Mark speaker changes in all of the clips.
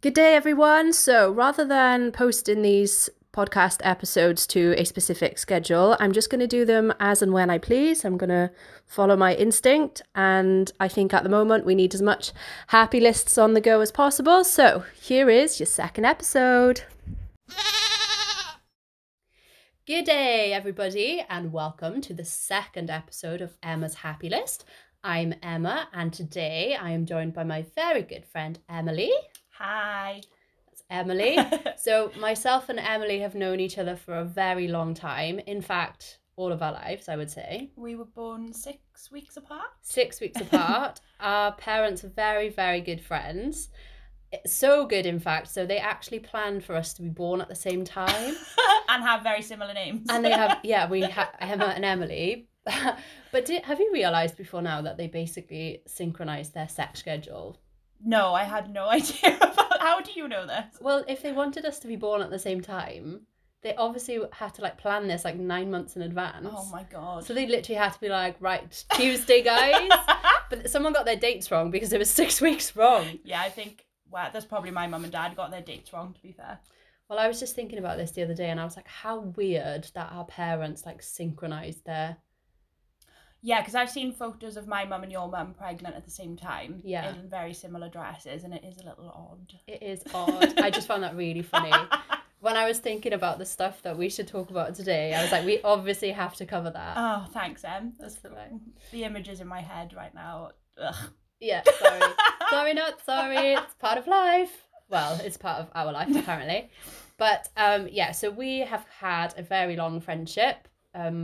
Speaker 1: Good day, everyone. So rather than posting these podcast episodes to a specific schedule, I'm just going to do them as and when I please. I'm going to follow my instinct. And I think at the moment we need as much happy lists on the go as possible. So here is your second episode. Good day, everybody, and welcome to the second episode of Emma's Happy List. I'm Emma, and today I am joined by my very good friend Emily.
Speaker 2: Hi.
Speaker 1: That's Emily. so, myself and Emily have known each other for a very long time. In fact, all of our lives, I would say.
Speaker 2: we were born six weeks apart.
Speaker 1: Six weeks apart. our parents are very, very good friends. Eh, So good, in fact. So, they actually planned for us to be born at the same time.
Speaker 2: and have very similar names.
Speaker 1: and they have yeah we have emma and emily but did, have you realized before now that they basically synchronized their sex schedule
Speaker 2: no, I had no idea about how do you know this?
Speaker 1: well if they wanted us to be born at the same time they obviously had to like plan this like nine months in advance
Speaker 2: Oh my god.
Speaker 1: so they literally had to be like right tuesday guys but someone got their dates wrong because it was six weeks wrong
Speaker 2: yeah, I think well, that's probably my mum and dad got their dates wrong to be fair.
Speaker 1: well i was just thinking about this the other day and i was like how weird that our parents like synchronized their
Speaker 2: Yeah, because I've seen photos of my mum and your mum pregnant at the same time.
Speaker 1: Yeah.
Speaker 2: In very similar dresses and it is a little odd.
Speaker 1: it is odd i just found that really funny when I was thinking about the stuff that we should talk about today, I was like, we obviously have to cover that.
Speaker 2: oh, thanks, Em. That's
Speaker 1: That's all right.
Speaker 2: the images in my head right now. Ugh.
Speaker 1: Yeah, sorry. sorry, not sorry. It's part of life. Well, it's part of our life, apparently. But um, yeah, so we have had a very long friendship, um,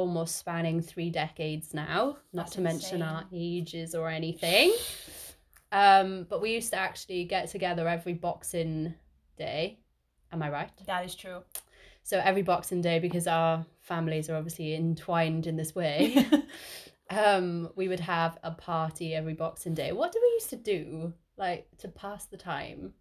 Speaker 1: almost spanning three decades now, not
Speaker 2: That's
Speaker 1: to mention our ages or anything. Um, but we used to actually get together every boxing day. Am I right?
Speaker 2: That is true.
Speaker 1: So every Boxing Day, because our families are obviously entwined in this way, um, we would have a party every Boxing Day. What do we used to do, like to pass the time?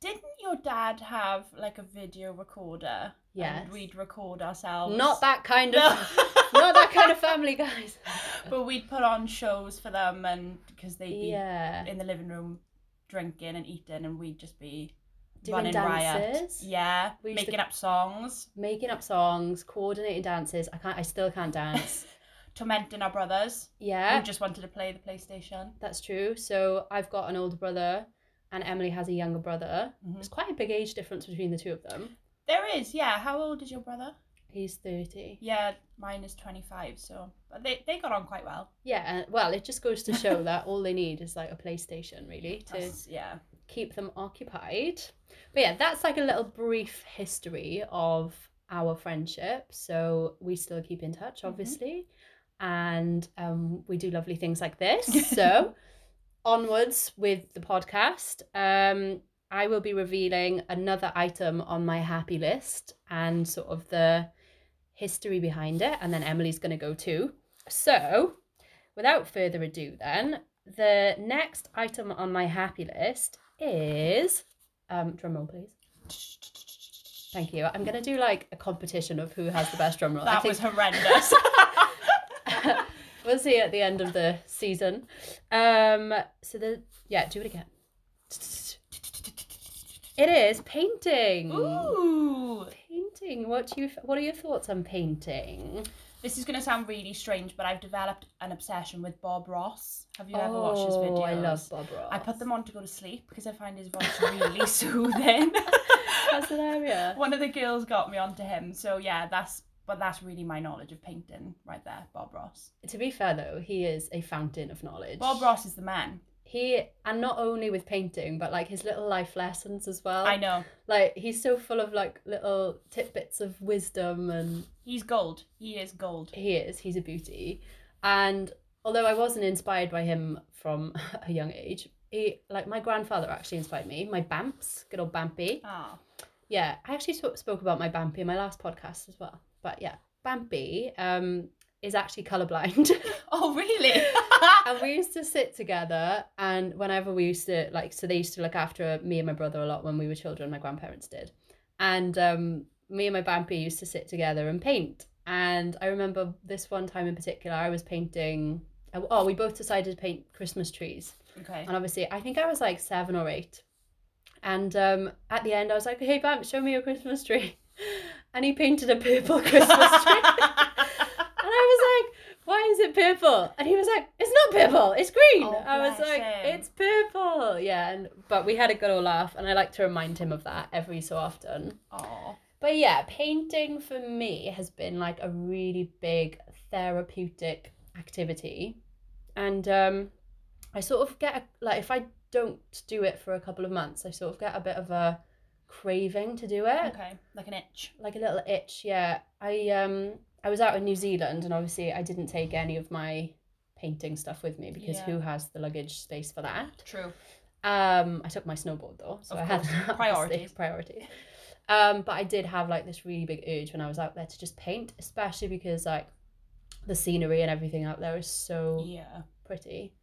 Speaker 2: Didn't your dad have like a video recorder?
Speaker 1: Yes.
Speaker 2: And we'd record ourselves.
Speaker 1: Not that kind of,
Speaker 2: Oh, No.
Speaker 1: not that kind of family, guys.
Speaker 2: but we'd put on shows for them, and because they'd be
Speaker 1: Yeah,
Speaker 2: in the living room drinking and eating, and we'd just be
Speaker 1: doing
Speaker 2: running riot.
Speaker 1: dances,
Speaker 2: Yeah,
Speaker 1: We used to-
Speaker 2: making up songs,
Speaker 1: making up songs, coordinating dances. I can't. I still can't dance.
Speaker 2: tormenting our brothers
Speaker 1: Yeah,
Speaker 2: who just wanted to play the PlayStation.
Speaker 1: that's true. So I've got an older brother, and Emily has a younger brother.
Speaker 2: Mhm.
Speaker 1: There's quite a big age difference between the two of them.
Speaker 2: There is, yeah. How old is your brother?
Speaker 1: He's thirty.
Speaker 2: Yeah, mine is twenty five. So, but they they got on quite well.
Speaker 1: Yeah, and- well, it just goes to show that all they need is like a PlayStation, really, to
Speaker 2: That's- yeah,
Speaker 1: keep them occupied. But yeah, that's like a little brief history of our friendship. So we still keep in touch,
Speaker 2: Mhm.
Speaker 1: obviously, and um, we do lovely things like this. So onwards with the podcast. Um, I will be revealing another item on my happy list and sort of the history behind it, and then Emily's going to go too. So, without further ado, then, the next item on my happy list is um drum roll please. Thank you. I'm gonna do like a competition of who has the best drum roll. I
Speaker 2: that
Speaker 1: think
Speaker 2: was horrendous.
Speaker 1: we'll see at the end of the season. Um so the yeah, do it again. It is painting.
Speaker 2: Ooh.
Speaker 1: Painting. What do you what are your thoughts on painting?
Speaker 2: This is going to sound really strange, but I've developed an obsession with Bob Ross. Have you ever watched his videos?
Speaker 1: Oh, I love Bob Ross.
Speaker 2: I put them on to go to sleep because I find his voice really soothing.
Speaker 1: That's an area.
Speaker 2: One of the girls got me onto him, so yeah, that's but that's really my knowledge of painting right there, Bob Ross.
Speaker 1: To be fair though, he is a fountain of knowledge.
Speaker 2: Bob Ross is the man.
Speaker 1: He and not only with painting, but like his little life lessons as well.
Speaker 2: I know
Speaker 1: Like he's so full of like little tidbits of wisdom, and
Speaker 2: he's gold. He is gold.
Speaker 1: he is. He's a beauty. And although I wasn't inspired by him from a young age, he like my grandfather actually inspired me. My Bamps, good old Bampy.
Speaker 2: Ah,
Speaker 1: Yeah, I actually sp- spoke about my Bampy in my last podcast as well. But yeah, Bampy um is actually colorblind.
Speaker 2: oh really?
Speaker 1: and we used to sit together and whenever we used to like so they used to look after me and my brother a lot when we were children my grandparents did and um me and my bampy used to sit together and paint and i remember this one time in particular i was painting oh we both decided to paint christmas trees
Speaker 2: okay.
Speaker 1: and obviously i think i was like seven or eight And um, at the end, I was like, hey, Bam, show me your Christmas tree. And he painted a purple Christmas tree. And I was like, why is it purple? And he was like, it's not purple, it's green.
Speaker 2: Oh,
Speaker 1: I was
Speaker 2: bless
Speaker 1: like,
Speaker 2: him.
Speaker 1: it's purple. Yeah, and, but we had a good old laugh, and I like to remind him of that every so often.
Speaker 2: Aw.
Speaker 1: But yeah, painting for me has been like a really big therapeutic activity. And um, I sort of get, a, like, if I don't do it for a couple of months, I sort of get a bit of a craving to do it
Speaker 2: Okay, like an itch.
Speaker 1: like a little itch yeah i um i was out in new zealand and obviously i didn't take any of my painting stuff with me because
Speaker 2: Yeah.
Speaker 1: who has the luggage space for that
Speaker 2: True.
Speaker 1: um i took my snowboard though so
Speaker 2: Of
Speaker 1: i had
Speaker 2: course,
Speaker 1: obviously,
Speaker 2: priorities.
Speaker 1: priority um but i did have like this really big urge when i was out there to just paint especially because like the scenery and everything out there is so
Speaker 2: Yeah.
Speaker 1: pretty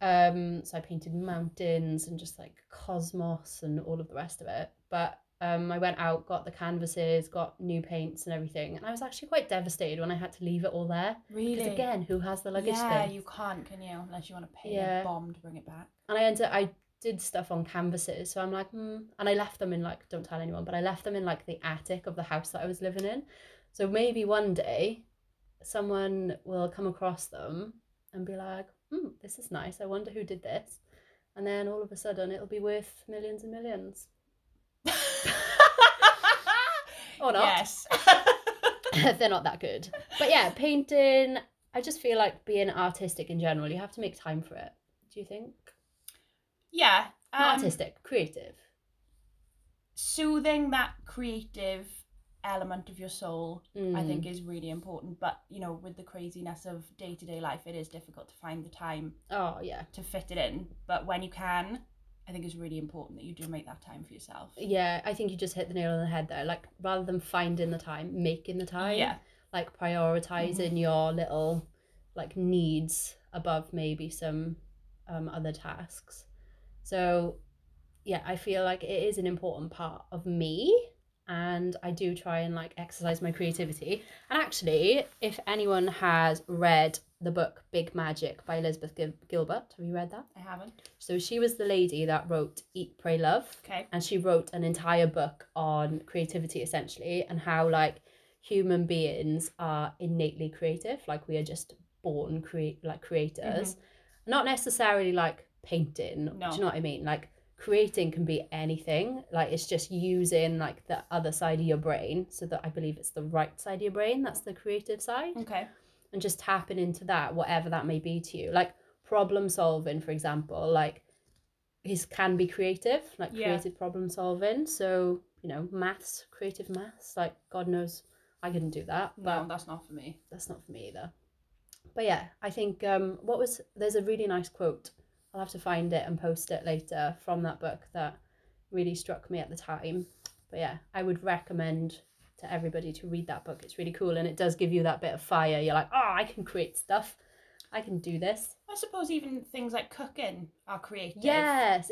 Speaker 1: um so i painted mountains and just like cosmos and all of the rest of it but um i went out got the canvases got new paints and everything and i was actually quite devastated when i had to leave it all there
Speaker 2: Really?
Speaker 1: because again who has the luggage
Speaker 2: yeah,
Speaker 1: space
Speaker 2: you can't, can you? Unless you want to pay
Speaker 1: Yeah.
Speaker 2: a bomb to bring it back.
Speaker 1: and i ended i did stuff on canvases so i'm like hmm. and i left them in like don't tell anyone but i left them in like the attic of the house that i was living in so maybe one day someone will come across them and be like hmm this is nice i wonder who did this and then all of a sudden it'll be worth millions and millions Or not.
Speaker 2: Yes.
Speaker 1: they're not that good but yeah painting i just feel like being artistic in general you have to make time for it do you think
Speaker 2: yeah.
Speaker 1: not
Speaker 2: um,
Speaker 1: artistic creative
Speaker 2: soothing that creative element of your soul I
Speaker 1: Mm,
Speaker 2: think is really important. But you know, with the craziness of day to day life, it is difficult to find the time
Speaker 1: oh yeah
Speaker 2: to fit it in. But when you can, I think it's really important that you do make that time for yourself.
Speaker 1: Yeah, I think you just hit the nail on the head there. Like rather than finding the time, making the time.
Speaker 2: Yeah.
Speaker 1: Like prioritizing your little like needs above maybe some um other tasks. So yeah, I feel like it is an important part of me and I do try and like exercise my creativity. And actually, if anyone has read the book Big Magic by Elizabeth Gil- Gilbert, have you read that?
Speaker 2: I haven't.
Speaker 1: So she was the lady that wrote Eat Pray Love
Speaker 2: Okay.
Speaker 1: and she wrote an entire book on creativity essentially and how like human beings are innately creative like we are just born create like creators not necessarily like painting
Speaker 2: No.
Speaker 1: do you know what i mean like creating can be anything like it's just using like the other side of your brain so that i believe it's the right side of your brain that's the creative side
Speaker 2: Okay.
Speaker 1: and just tapping into that, whatever that may be to you. Like problem solving, for example, like his can be creative, like
Speaker 2: Yeah.
Speaker 1: creative problem solving. So, you know, maths, creative maths, like God knows I couldn't do that, but
Speaker 2: No, that's not for me.
Speaker 1: that's not for me either. But yeah, I think um what was there's a really nice quote. I'll have to find it and post it later from that book that really struck me at the time. But yeah, I would recommend to everybody to read that book. It's really cool and it does give you that bit of fire. You're like, "Oh, I can create stuff. I can do this."
Speaker 2: I suppose even things like cooking are creative.
Speaker 1: Yes,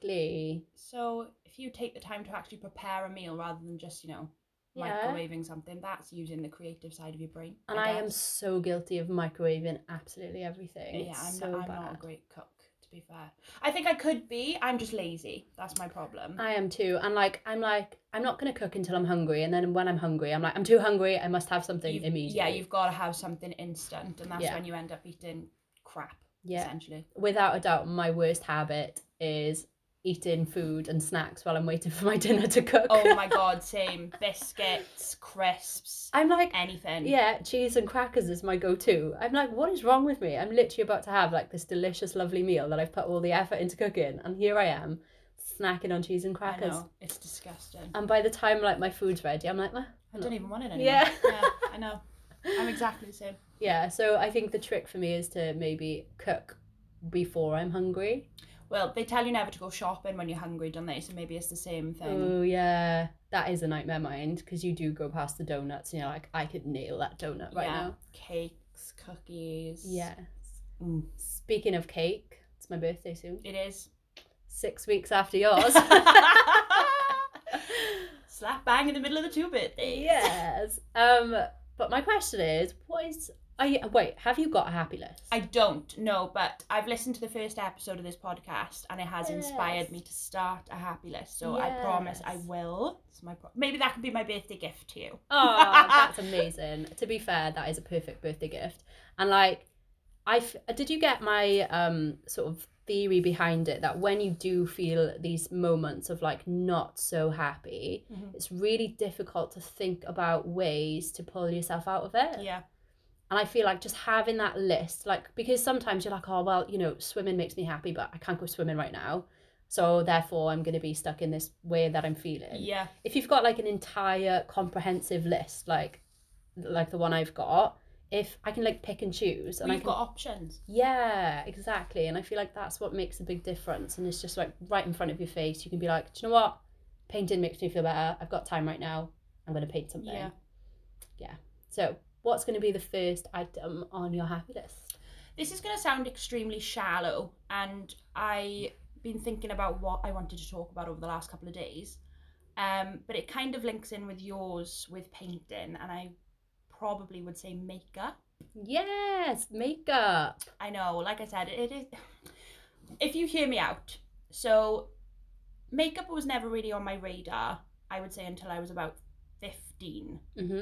Speaker 1: exactly.
Speaker 2: So if you take the time to actually prepare a meal rather than just, you know,
Speaker 1: Yeah.
Speaker 2: microwaving something, that's using the creative side of your brain.
Speaker 1: And I, am
Speaker 2: guess.
Speaker 1: so guilty of microwaving absolutely everything.
Speaker 2: Yeah,
Speaker 1: It's
Speaker 2: I'm,
Speaker 1: so
Speaker 2: not, I'm
Speaker 1: bad.
Speaker 2: not a great cook, to be fair. I think I could be. I'm just lazy. That's my problem.
Speaker 1: I am too. And like I'm like I'm not gonna cook until I'm hungry, and then when I'm hungry, I'm like I'm too hungry. I must have something
Speaker 2: You've-
Speaker 1: immediately.
Speaker 2: Yeah, you've got to have something instant, and that's
Speaker 1: Yeah.
Speaker 2: when you end up eating crap,
Speaker 1: yeah.
Speaker 2: essentially.
Speaker 1: Without a doubt, my worst habit is eating food and snacks while I'm waiting for my dinner to cook.
Speaker 2: Oh my god, same. Biscuits, crisps,
Speaker 1: I'm like
Speaker 2: anything.
Speaker 1: yeah, cheese and crackers is my go-to. I'm like, what is wrong with me? I'm literally about to have like this delicious, lovely meal that I've put all the effort into cooking, and here I am, snacking on cheese and
Speaker 2: I
Speaker 1: crackers.
Speaker 2: know. It's disgusting.
Speaker 1: And by the time like my food's ready, I'm like, "Meh."
Speaker 2: I don't even want it anymore.
Speaker 1: Yeah.
Speaker 2: yeah I know. I'm exactly the same.
Speaker 1: Yeah, so I think the trick for me is to maybe cook before I'm hungry.
Speaker 2: Well, they tell you never to go shopping when you're hungry, don't they? So maybe it's the same thing.
Speaker 1: Oh yeah, that is a nightmare mind because you do go past the donuts and you're like, I could nail that donut right
Speaker 2: yeah.
Speaker 1: now.
Speaker 2: Cakes, cookies.
Speaker 1: Yeah.
Speaker 2: Mm.
Speaker 1: Speaking of cake, it's my birthday soon.
Speaker 2: It is.
Speaker 1: Six weeks after yours.
Speaker 2: Slap bang in the middle of the two birthdays.
Speaker 1: yes. Um. But my question is, what is? Are you, wait, have you got a happy list?
Speaker 2: I don't know, but I've listened to the first episode of this podcast and it has inspired me
Speaker 1: Yes.
Speaker 2: to start a happy list. So I promise I
Speaker 1: Yes.
Speaker 2: will. It's my pro- Maybe that can be my birthday gift to you.
Speaker 1: oh, that's amazing. To be fair, that is a perfect birthday gift. And like, I f- did you get my um sort of theory behind it that when you do feel these moments of like not so happy,
Speaker 2: Mhm.
Speaker 1: it's really difficult to think about ways to pull yourself out of it.
Speaker 2: Yeah.
Speaker 1: And I feel like just having that list, like, because sometimes you're like, oh, well, you know, swimming makes me happy, but I can't go swimming right now. So therefore, I'm going to be stuck in this way that I'm feeling.
Speaker 2: Yeah.
Speaker 1: If you've got like an entire comprehensive list, like, like the one I've got, if I can like pick and choose, and
Speaker 2: We've
Speaker 1: I can,
Speaker 2: got options.
Speaker 1: yeah, exactly. And I feel like that's what makes a big difference. And it's just like right in front of your face. You can be like, do you know what? Painting makes me feel better. I've got time right now. I'm going to paint something.
Speaker 2: Yeah.
Speaker 1: So, what's going to be the first item on your happy list?
Speaker 2: This is going to sound extremely shallow, and I've been thinking about what I wanted to talk about over the last couple of days. Um, but it kind of links in with yours with painting, and I probably would say makeup.
Speaker 1: Yes, makeup.
Speaker 2: I know, like I said, it is. If you hear me out, so makeup was never really on my radar, I would say, until I was about 15.
Speaker 1: Mm-hmm.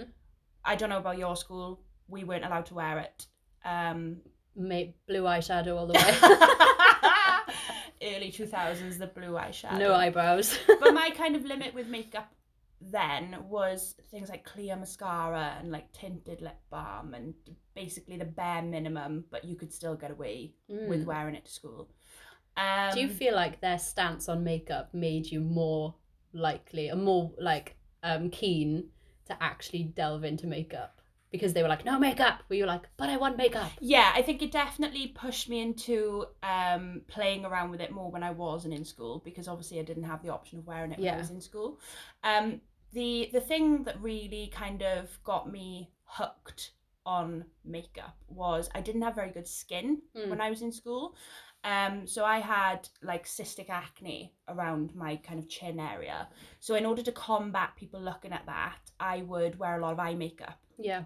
Speaker 2: I don't know about your school, we weren't allowed to wear it. Um,
Speaker 1: Make blue eyeshadow all the way.
Speaker 2: early 2000s the blue eyeshadow
Speaker 1: no eyebrows.
Speaker 2: but my kind of limit with makeup then was things like clear mascara and like tinted lip balm and basically the bare minimum but you could still get away with
Speaker 1: Mm.
Speaker 2: wearing it to school um,
Speaker 1: Do you feel like their stance on makeup made you more likely and more like um keen to actually delve into makeup? Because they were like, no makeup. Were you like, but I want makeup?
Speaker 2: yeah i think it definitely pushed me into um, playing around with it more when i wasn't in school because obviously i didn't have the option of wearing it when i
Speaker 1: Yeah.
Speaker 2: was in school um, the the thing that really kind of got me hooked on makeup was i didn't have very good skin
Speaker 1: Mm.
Speaker 2: when i was in school um, so i had like cystic acne around my kind of chin area so in order to combat people looking at that i would wear a lot of eye makeup
Speaker 1: Yeah.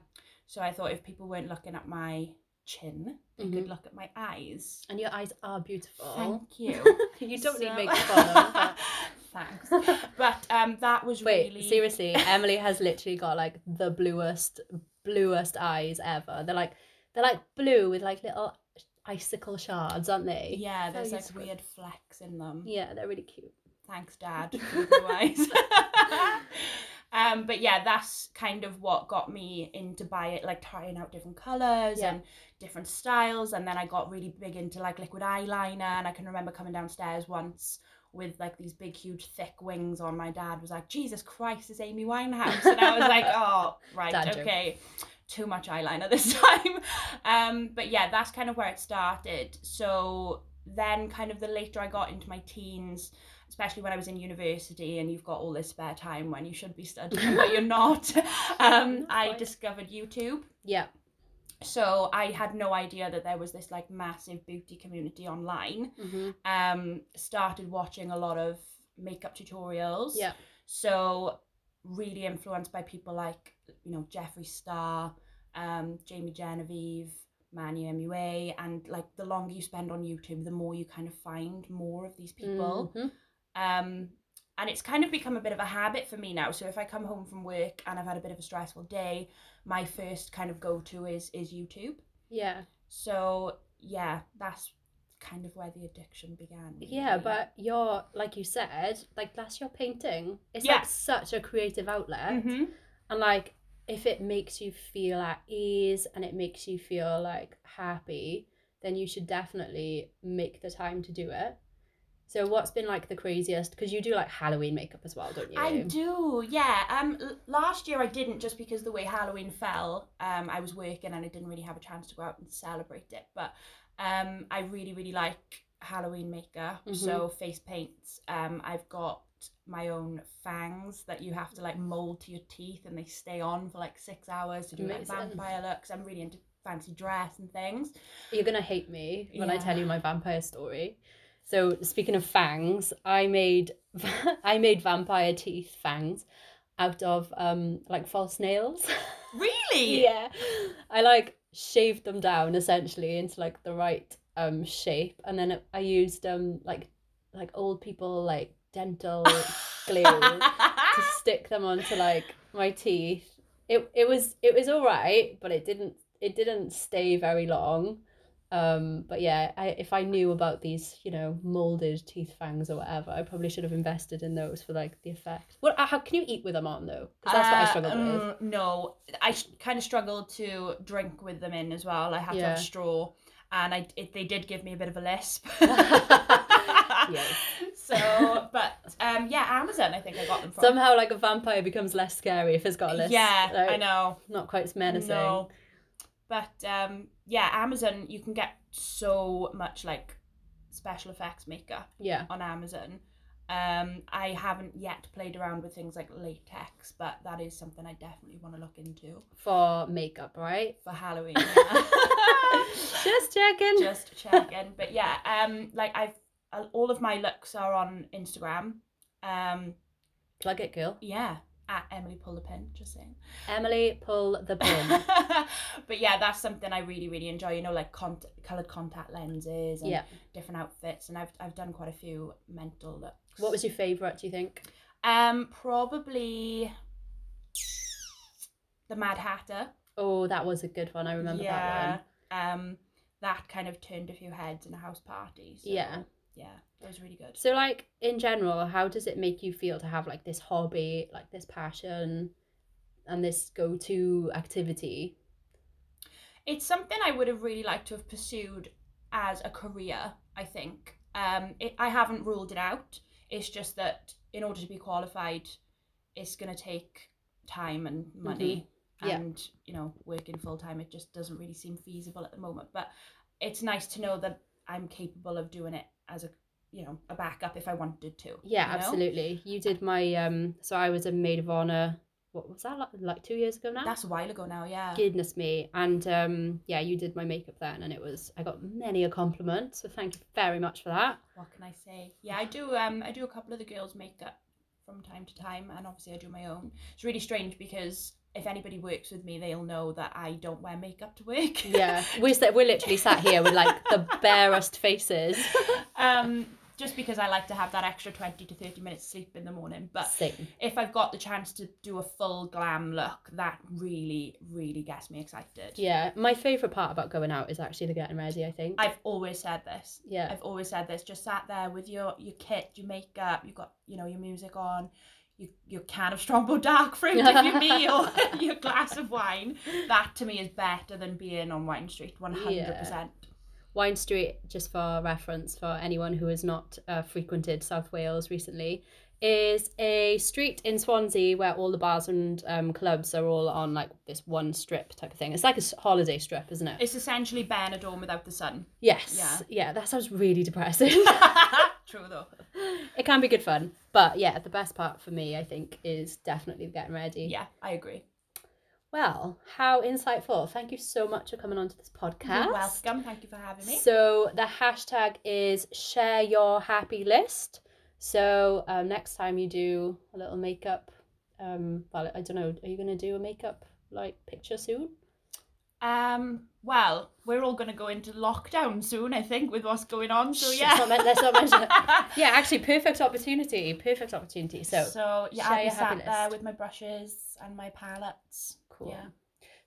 Speaker 2: so I thought if people weren't looking at my chin, they
Speaker 1: Mm-hmm.
Speaker 2: could look at my eyes.
Speaker 1: And your eyes are beautiful.
Speaker 2: Thank you.
Speaker 1: you don't
Speaker 2: So-
Speaker 1: need makeup on them. but-
Speaker 2: Thanks. But um, that was
Speaker 1: Wait,
Speaker 2: really
Speaker 1: seriously, Emily has literally got like the bluest, bluest eyes ever. They're like, they're like blue with like little icicle shards, aren't they?
Speaker 2: Yeah, there's
Speaker 1: So
Speaker 2: like
Speaker 1: useful.
Speaker 2: weird flecks in them.
Speaker 1: Yeah, they're really cute.
Speaker 2: Thanks, Dad. for the blue eyes. um, but yeah, that's kind of what got me into buy it, like trying out different colours
Speaker 1: Yeah.
Speaker 2: and different styles. And then I got really big into like liquid eyeliner. And I can remember coming downstairs once with like these big, huge, thick wings on. My dad was like, Jesus Christ, it's Amy Winehouse. And I was like, oh, right,
Speaker 1: Dad joke.
Speaker 2: okay. Too much eyeliner this time. Um, but yeah, that's kind of where it started. So then, kind of the later I got into my teens, especially when I was in university and you've got all this spare time when you should be studying but you're not. Um,
Speaker 1: Not
Speaker 2: I
Speaker 1: quite.
Speaker 2: discovered YouTube.
Speaker 1: Yeah.
Speaker 2: So I had no idea that there was this like massive beauty community online.
Speaker 1: Mm-hmm.
Speaker 2: Um, started watching a lot of makeup tutorials.
Speaker 1: Yeah.
Speaker 2: So really influenced by people like you know Jeffree Star, um, Jamie Genevieve. Manu MUA and like the longer you spend on YouTube, the more you kind of find more of these people.
Speaker 1: Mhm.
Speaker 2: Um, and it's kind of become a bit of a habit for me now. So if I come home from work and I've had a bit of a stressful day, my first kind of go to is is YouTube.
Speaker 1: Yeah.
Speaker 2: So yeah, that's kind of where the addiction began.
Speaker 1: Yeah,
Speaker 2: really.
Speaker 1: but you're like you said, like that's your painting. It's
Speaker 2: Yeah.
Speaker 1: like such a creative outlet.
Speaker 2: Mhm.
Speaker 1: And like if it makes you feel at ease and it makes you feel like happy, then you should definitely make the time to do it. So what's been like the craziest because you do like Halloween makeup as well, don't you?
Speaker 2: I do, yeah. Um, l- last year I didn't just because the way Halloween fell. Um, I was working and I didn't really have a chance to go out and celebrate it. But um, I really really like Halloween makeup.
Speaker 1: Mhm.
Speaker 2: So face paints. Um, I've got my own fangs that you have to like mold to your teeth and they stay on for like six hours to do like
Speaker 1: Amazing.
Speaker 2: vampire looks. I'm really into fancy dress and things.
Speaker 1: You're gonna hate me when I
Speaker 2: Yeah.
Speaker 1: tell you my vampire story. So speaking of fangs, I made I made vampire teeth fangs out of um like false nails.
Speaker 2: Really?
Speaker 1: yeah. I like shaved them down essentially into like the right um shape, and then I used um like like old people like dental glue to stick them onto like my teeth. It it was it was all right, but it didn't it didn't stay very long. Um, but yeah, I, if I knew about these, you know, molded teeth fangs or whatever, I probably should have invested in those for like the effect. What? uh, How can you eat with them on though? Because that's what I
Speaker 2: Uh,
Speaker 1: struggled with.
Speaker 2: mm, No, I sh- kind of struggled to drink with them in as well. I had to
Speaker 1: Yeah.
Speaker 2: have a straw, and I it, they did give me a bit of a lisp.
Speaker 1: Yes.
Speaker 2: So, but um, yeah, Amazon. I think I got them from.
Speaker 1: Somehow, like a vampire becomes less scary if it's got a list.
Speaker 2: yeah,
Speaker 1: Like,
Speaker 2: I know.
Speaker 1: Not quite as menacing.
Speaker 2: No, but um, yeah, Amazon. You can get so much like special effects makeup
Speaker 1: Yeah.
Speaker 2: on Amazon. Um, I haven't yet played around with things like latex, but that is something I definitely want to look into
Speaker 1: For makeup, right?
Speaker 2: for Halloween. yeah.
Speaker 1: Just checking.
Speaker 2: just checking. But yeah, um, like I've uh, all of my looks are on Instagram. Um,
Speaker 1: Plug it, girl.
Speaker 2: yeah, at Emily pull the pin. Just saying.
Speaker 1: Emily, pull the pin.
Speaker 2: but yeah, that's something I really really enjoy. You know, like cont- colored contact lenses and
Speaker 1: yeah.
Speaker 2: different outfits, and I've I've done quite a few mental looks.
Speaker 1: What was your favourite, do you think?
Speaker 2: um probably the Mad Hatter.
Speaker 1: Oh, that was a good one. I remember that one.
Speaker 2: Um, that kind of turned a few heads in a house party. so
Speaker 1: Yeah.
Speaker 2: yeah, that was really good.
Speaker 1: So, like, in general, how does it make you feel to have like this hobby, like this passion, and this go to activity?
Speaker 2: it's something I would have really liked to have pursued as a career. I think um, it, I haven't ruled it out. It's just that in order to be qualified, it's going to take time and money,
Speaker 1: Mhm. Yeah.
Speaker 2: and you know, working full time. It just doesn't really seem feasible at the moment. But it's nice to know that I'm capable of doing it as a you know a backup if I wanted to.
Speaker 1: Yeah,
Speaker 2: you know?
Speaker 1: absolutely. You did my, um, so I was a maid of honour, what was that, like, like two years ago now?
Speaker 2: That's a while ago now. Yeah.
Speaker 1: Goodness me. And um, yeah, you did my makeup then, and it was, I got many a compliment. So, thank you very much for that.
Speaker 2: what can I say? Yeah, I do. Um, I do a couple of the girls' makeup from time to time, and obviously I do my own. It's really strange because if anybody works with me, they'll know that I don't wear makeup to work.
Speaker 1: Yeah, we're, sta- we're literally sat here with like the barest faces.
Speaker 2: um, just because I like to have that extra twenty to thirty minutes sleep in the morning, but.
Speaker 1: Same.
Speaker 2: If I've got the chance to do a full glam look, that really, really gets me excited.
Speaker 1: Yeah, my favourite part about going out is actually the getting ready, I think.
Speaker 2: I've always said this.
Speaker 1: yeah,
Speaker 2: I've always said this. Just sat there with your your kit, your makeup. You've got you know your music on. You, your can of Strombo Dark Fruit with your meal, your glass of wine. That to me is better than being on Wine Street, one hundred percent.
Speaker 1: Wine Street, just for reference for anyone who has not uh, frequented South Wales recently, is a street in Swansea where all the bars and um, clubs are all on like this one strip type of thing. It's like a s- holiday strip, isn't it?
Speaker 2: It's essentially Benidorm without the sun.
Speaker 1: yes.
Speaker 2: yeah.
Speaker 1: yeah, that sounds really depressing.
Speaker 2: True though.
Speaker 1: it can be good fun. But yeah, the best part for me, I think, is definitely the getting ready.
Speaker 2: Yeah, I agree.
Speaker 1: Well, how insightful. Thank you so much for coming onto this podcast.
Speaker 2: You're welcome. Thank you for having me.
Speaker 1: So the hashtag is share your happy list. So um, next time you do a little makeup, um, well, I don't know, are you going to do a makeup like picture soon?
Speaker 2: Um, well, we're all going to go into lockdown soon, I think, with what's going on. So
Speaker 1: Shh,
Speaker 2: yeah.
Speaker 1: let's not men- let's not mention it. Yeah, actually, perfect opportunity. Perfect opportunity. So
Speaker 2: So yeah,
Speaker 1: share
Speaker 2: I'll be
Speaker 1: your
Speaker 2: sat
Speaker 1: happy
Speaker 2: there
Speaker 1: list.
Speaker 2: with my brushes and my palettes.
Speaker 1: cool.
Speaker 2: Yeah.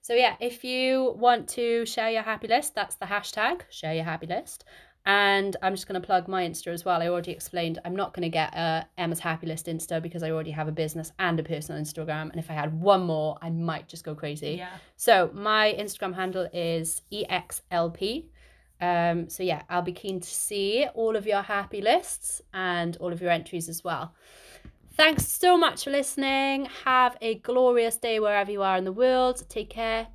Speaker 1: So yeah, if you want to share your happy list, that's the hashtag share your happy list. And I'm just going to plug my Insta as well. I already explained I'm not going to get uh, Emma's Happy List Insta because I already have a business and a personal Instagram. And if I had one more, I might just go crazy.
Speaker 2: Yeah.
Speaker 1: So my Instagram handle is E EXLP. Um, so yeah, I'll be keen to see all of your happy lists and all of your entries as well. Thanks so much for listening. Have a glorious day wherever you are in the world. Take care.